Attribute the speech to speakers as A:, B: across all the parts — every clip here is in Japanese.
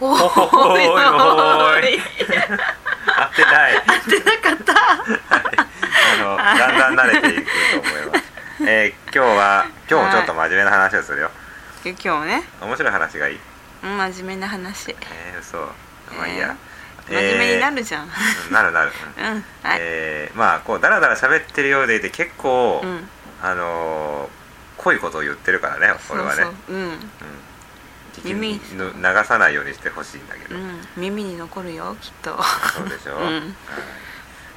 A: お
B: おーいおーい合ってない
A: 合ってなかった
B: あのだんだん慣れていくと思います、えー今日は今日もちょっと真面目な話をするよ
A: 今日ね
B: 面白い話がいい
A: うん真面目な話
B: えー、嘘まあいいや、
A: 真面目にな
B: る、
A: るじゃん、
B: うんなるなる、うん
A: うんはい、
B: えーまあこうダラダラ喋ってるようでいて結構、
A: うん
B: あのー濃いことを言ってるからね
A: そ
B: 俺は
A: う
B: ね
A: そう、うん
B: うん、
A: 耳
B: 聞きぬ流さないようにしてほしいんだけ
A: う
B: ど、
A: ん耳に残るよきっと
B: そうでしょ、
A: う
B: はい
A: ん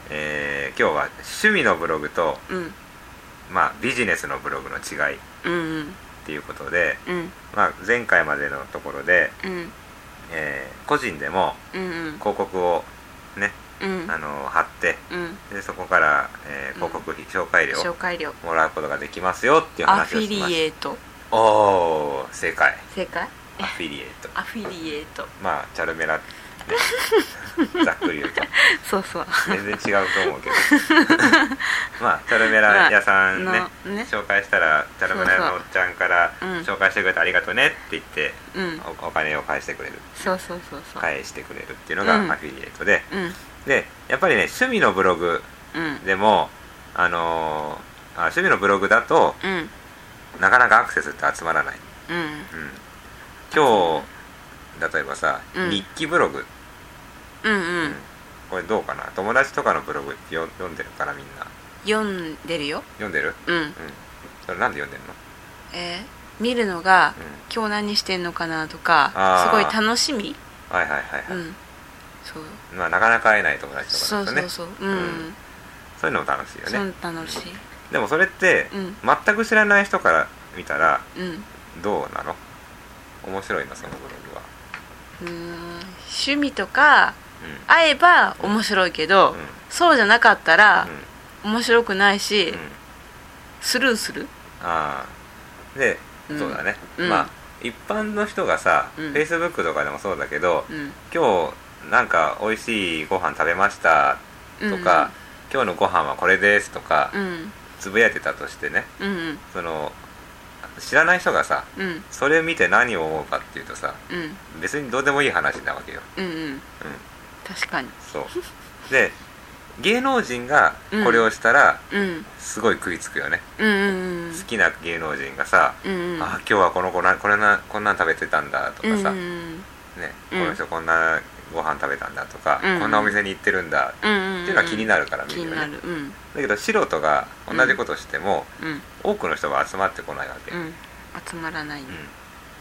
B: えー今日は趣味のブログと、
A: うん
B: まあ、ビジネスのブログの違いっ
A: うん
B: ていうことで、
A: うん
B: まあ、前回までのところで、
A: うん
B: えー個人でも
A: うんうん
B: 広告をね、
A: うん
B: あのー貼って
A: うん
B: でそこから、えー広告費紹介料
A: 紹介料
B: もらうことができますよっていう
A: ア
B: 話
A: フ
B: を
A: ィ
B: しま
A: リ
B: し
A: エイト
B: たおお正解
A: 正解
B: アフィリエイト
A: アフィリエイト
B: まあチャル メラ、ね、ざっくり言うと
A: そうそう
B: 全然違うと 思うけどまあチャルメラ屋さんね,、
A: まあのね
B: 紹介したらチャルメラ屋のおっちゃんから
A: そううん
B: 紹介してくれてありがとうねって言って
A: うん
B: おお金を返してくれる
A: そうそうそうそう、
B: 返してくれるっていうのが
A: うん
B: アフィリエイトで、
A: うん
B: でやっぱりね趣味のブログ
A: うん
B: でもあのーあ趣味のブログだと
A: うん
B: なかなかアクセスって集まらない、
A: うん
B: うん、今日例えばさ、
A: うん
B: 日記ブログ
A: うんうん
B: これどうかな友達とかのブログよ読んでるからみんな
A: 読んでるよ
B: 読んでる
A: うん
B: うんそれなんで読んでるの
A: えー見るのが
B: うん
A: 今日何してんのかなとか
B: あ
A: す
B: ー
A: ごい楽しみ
B: はいはいはいは
A: う
B: い、
A: んそう
B: まあなかなか会えない友達とか
A: そ
B: だ
A: う
B: と
A: そ
B: ね
A: う
B: そう
A: そううん
B: いうのも楽しいよ
A: そう
B: ね
A: 楽しい
B: でもそれって
A: うん
B: 全く知らない人から見たら
A: うん
B: どうなの面白いのそのブログは
A: うーん趣味とか会えば面白いけど
B: うんうん
A: そうじゃなかったら
B: うん
A: 面白くないし
B: うん
A: スルーする
B: ああで、
A: うん
B: そうだね、
A: うん
B: まあ一般の人がさ、
A: うん
B: Facebook とかでもそうだけど
A: うん
B: 今日なんか美味しいご飯食べましたとか、今日のご飯はこれですとか、
A: うん
B: つぶやいてたとしてね
A: うんうん
B: その知らない人がさ
A: うん
B: それ見て何を思うかっていうとさ
A: うん
B: 別にどうでもいい話なわけよ、
A: うんうん
B: うん、
A: 確かに
B: そう で芸能人がこれをしたら
A: うん
B: すごい食いつくよね、
A: うんうん
B: 好きな芸能人がさ、
A: うんうん
B: あー今日はこの子なこれなこんなん食べてたんだとかさ、
A: うんう
B: ね、
A: ん
B: こ
A: うん
B: の人こんなご飯食べたんだとか、
A: うん
B: こんなお店に行ってるんだ
A: うんうんうん
B: っていうのは気になるから見
A: 気
B: るよ
A: に
B: ね、
A: なるうん
B: だけど素人が同じことしても、
A: うん
B: 多くの人が集まってこないわけ、
A: うん集まらないね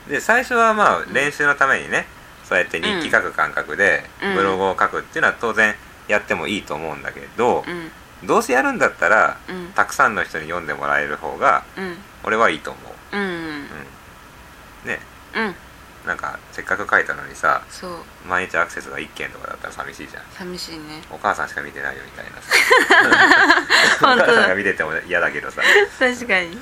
B: うんで最初はまあ
A: ん
B: 練習のためにね、そうやって日記書く感覚で
A: うん
B: ブログを書くっていうのは当然やってもいいと思うんだけど
A: う、ん
B: どうせやるんだったら
A: うん
B: たくさんの人に読んでもらえる方が
A: うん
B: 俺はいいと思
A: うんうん
B: う、うん、ね
A: うん
B: なんかせっかく書いたのにさ
A: そう
B: 毎日アクセスが1件とかだったら寂しいじゃん
A: 寂しいね
B: お母さんしか見てないよみたいなさ お
A: 本当
B: 母さんが
A: だ
B: 見てても嫌だけどさ
A: 確かに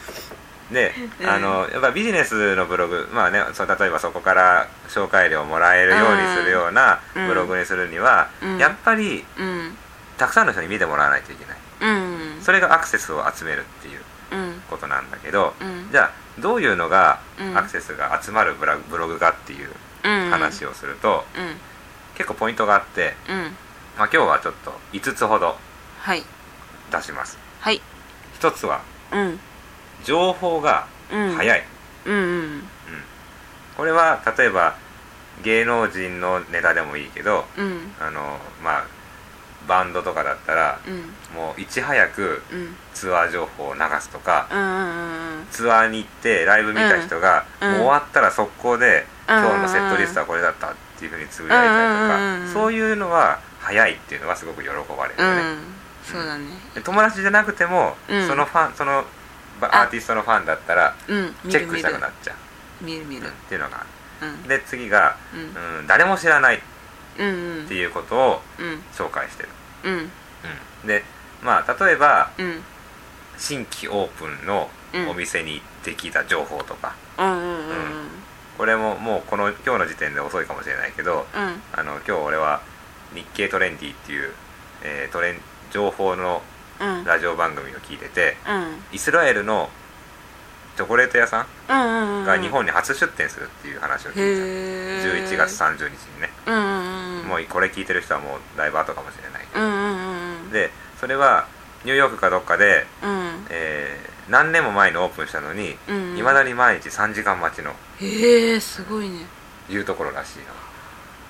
B: で、
A: うん
B: あのやっぱビジネスのブログまあねそう例えばそこから紹介料をもらえるようにするような
A: うん
B: ブログにするには、
A: うん
B: やっぱり
A: うん
B: たくさんの人に見てもらわないといけない
A: うん
B: それがアクセスを集めるっていう
A: うん
B: ことなんだけど、
A: うん
B: じゃあどういうのが
A: うん
B: アクセスが集まるブラブログかっていう
A: うん
B: 話をすると、
A: うん
B: 結構ポイントがあって、
A: うん
B: まあ、今日はちょっと5つほど
A: はい
B: 出します
A: はい
B: 1つは
A: うん
B: 情報が
A: うん
B: 早
A: い
B: い、
A: うんうん
B: これは例えば芸能人のネタでもいいけど
A: うん
B: あのまあバンドとかだったら
A: うん
B: もういち早く
A: うんうん
B: ツアー情報を流すとか
A: うん
B: ツアーに行ってライブ見た人が、
A: うん
B: もう終わったら速攻で、
A: うん
B: 今日のセットリストはこれだったっていうふうにつぶやいたりとか、
A: うんうんうん
B: そういうのは早いっていうのはすごく喜ばれる
A: う
B: よね、
A: んそうだね
B: で友達じゃなくても、
A: うん
B: そのファンそのば
A: あ
B: アーティストのファンだったら
A: うん見
B: チ
A: る
B: ェックしたくなっちゃう
A: 見る見
B: うん
A: る
B: っていうのが
A: う
B: あ
A: ん
B: るで次が、
A: うん
B: うん、誰も知らないっ
A: うん
B: ていうことを
A: うん
B: 紹介してる、
A: うん
B: うんでまあ例えば
A: うん
B: 新規オープンの
A: うん
B: お店に行ってきた情報とか、
A: うんうんうん
B: これももうこの今日の時点で遅いかもしれないけど
A: うん
B: あの今日俺は「日経トレンディ」っていう、えートレン情報の
A: うん
B: ラジオ番組を聞いてて
A: うん
B: イスラエルのチョコレート屋さ
A: うんうんうん
B: んが日本に初出店するっていう話を聞いた
A: へえ
B: 11月30日にね、
A: うんうんうん
B: もうこれ聞いてる人はもうだいぶ後かもしれないけ
A: う
B: ど、
A: んうんうん
B: でそれはニューヨークかどっかで、
A: うん
B: えー何年も前にオープンしたのにい
A: うんうん
B: ま、未だに毎日3時間待ちの
A: へえすごいね
B: いうところらしいの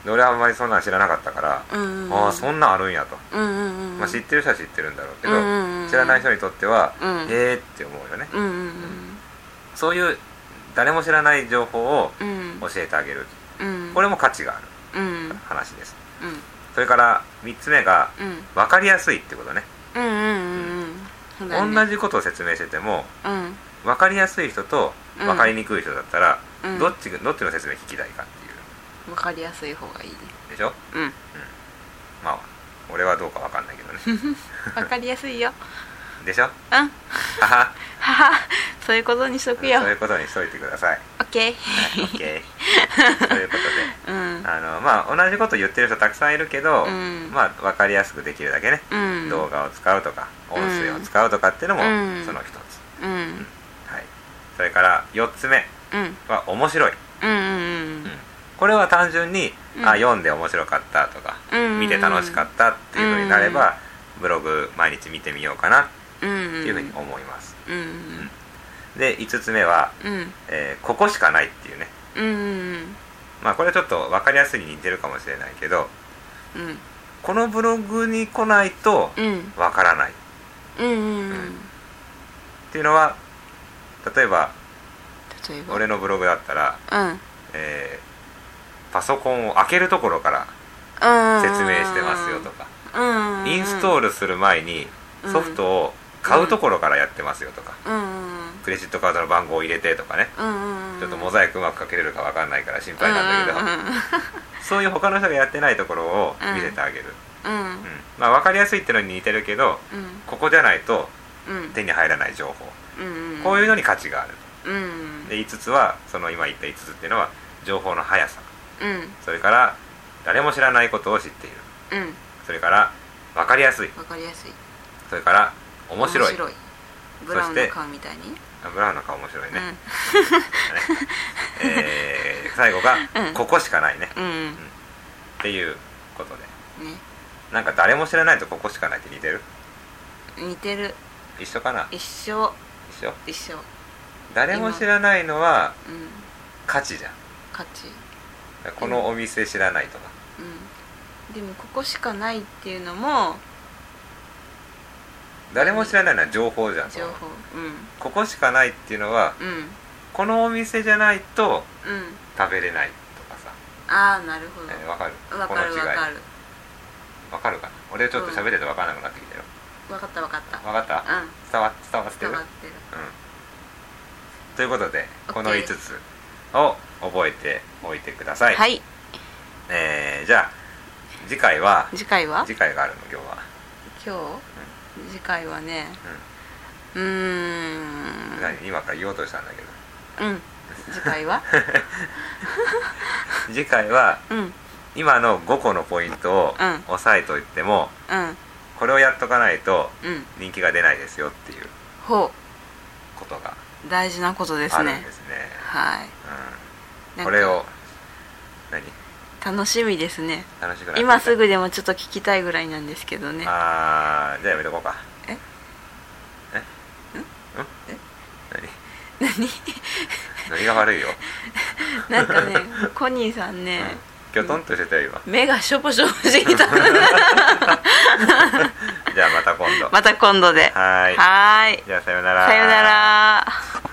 B: で俺はあんまりそんなん知らなかったから、
A: うんうんうん
B: ああそんなんあるんやと、
A: うんうんうん
B: まあ、知ってる人は知ってるんだろうけど、
A: うんうんうん
B: 知らない人にとっては、
A: うん
B: へえって思うよね、
A: うんうん
B: そういう誰も知らない情報を
A: うんうん
B: 教えてあげる、
A: うん
B: これも価値がある
A: うんうん
B: 話です
A: うん
B: それから3つ目が
A: うん
B: 分かりやすいってことね
A: うんうんうんうん
B: 同じことを説明してても
A: うん
B: 分かりやすい人と
A: うん
B: 分かりにくい人だったら、
A: うん
B: どっちがどっちの説明聞きたいかっていう
A: わかりやすい方がいいね
B: でしょ
A: うん
B: まあ俺はどうか分かんないけどね
A: わかりやすいよ
B: でしょ
A: うんは
B: はは
A: はそういうことにしとくよ
B: そういうことにしといてください。
A: オッケー
B: OK ということ
A: う
B: で
A: ん
B: あの、まあ、同じこと言ってる人たくさんいるけど、
A: うん
B: まあ、分かりやすくできるだけね、
A: うん
B: 動画を使うとか
A: ん
B: 音声を使うとかっていうのも
A: うん
B: その一つ、
A: うん
B: はい、それから4つ目
A: うん
B: は面白い、
A: うんうん
B: これは単純に、
A: うん
B: あ読んで面白かったとか、
A: うん
B: 見て楽しかったっていうふうになれば、ブログ毎日見てみようかなっ
A: うんうん
B: ていうふうに思います、
A: うん
B: で5つ目は、
A: うん
B: えーここしかないっていうね
A: うんうん
B: まあこれはちょっと分かりやすいに似てるかもしれないけど
A: うん
B: このブログに来ないと
A: うん
B: わからないっ
A: うんうんうん
B: ていうのは例えば
A: 例えば
B: 俺のブログだったら、
A: うん
B: えーパソコンを開けるところから説明してますよとか
A: か
B: インストー
A: ル
B: ルする前にソフトを買うところからやってますよとか
A: うんうん
B: クレジットカードの番号を入れてとかね
A: うんうん
B: ちょっとモ
A: ザ
B: ザイクうまくかけれるかわかんないから心配なんだけどそういう他の人がやってないところを見せてあげる、
A: うんうん
B: うんまあ分かりやすいってのに似てるけど
A: うん
B: ここじゃないと
A: うん
B: 手に入らない情報
A: うん
B: こういううのに価値があ
A: う
B: る
A: ん
B: で5つはその今言った5つっていうのは情報の速さ
A: うん
B: それから誰も知らないことを知っている
A: うん
B: それから分かりやすい
A: わかりやすい
B: それから面白い
A: ブラウンの顔みたいに
B: あブラウンの顔面白い
A: う
B: ね、
A: ん
B: えー最後が
A: う
B: 「
A: ん
B: ここしかないね
A: うん」
B: っていうことで
A: ね
B: なんか誰も知らないと「ここしかない」って似てる
A: 似てる
B: 一緒かな
A: 一生
B: 一緒
A: 一生
B: 誰も知らないのは
A: うん
B: 価値じゃん
A: 価値
B: このお店知らないとか
A: うんでもここしかないっていうのも
B: 誰も知らないのは情報じゃん
A: 情報
B: ここしかないっていうのは
A: うんうん
B: このお店じゃないと
A: うん
B: 食べれないとかさ
A: ああなるほ
B: え
A: ど
B: ーわ、かる
A: わ
B: こ
A: か
B: の
A: る
B: 違い
A: わかる
B: わかるかな俺ちょっと喋っててわからなくなってきたよ
A: わかったわかった
B: わかった
A: うん
B: 伝わ伝わって
A: 伝
B: るうん
A: わってる
B: ということで
A: OK
B: この5つを覚えておいてください、
A: はい
B: えーじゃあ次回は
A: 次回は
B: 次回があるの今日は
A: 今日次回はねうーん
B: 何今から言おうとしたんだけど
A: うん次回 は
B: 次回は
A: うんうん
B: 今の5個のポイントを
A: うん
B: 押さえといてもこれをやっとかないと
A: うん
B: 人気が出ないですよっていう
A: ほ
B: ことが
A: う大事なことです
B: あるん
A: ね
B: ですね
A: はい
B: うん
A: なんか
B: これを何
A: 楽しみですね
B: 楽しくなってきた
A: 今すぐでもちょっと聞きたいぐらいなんですけどね
B: あーじゃあやめとこうか
A: え
B: えうんえ何
A: 何
B: ノリが悪いよ
A: なんかねコニーさんね、
B: きょとんとしてたよ今
A: 目がしょぼしょぼしてきた
B: じゃあまた今度
A: また今度で
B: はーい
A: はーい
B: じゃあさよう
A: さよなら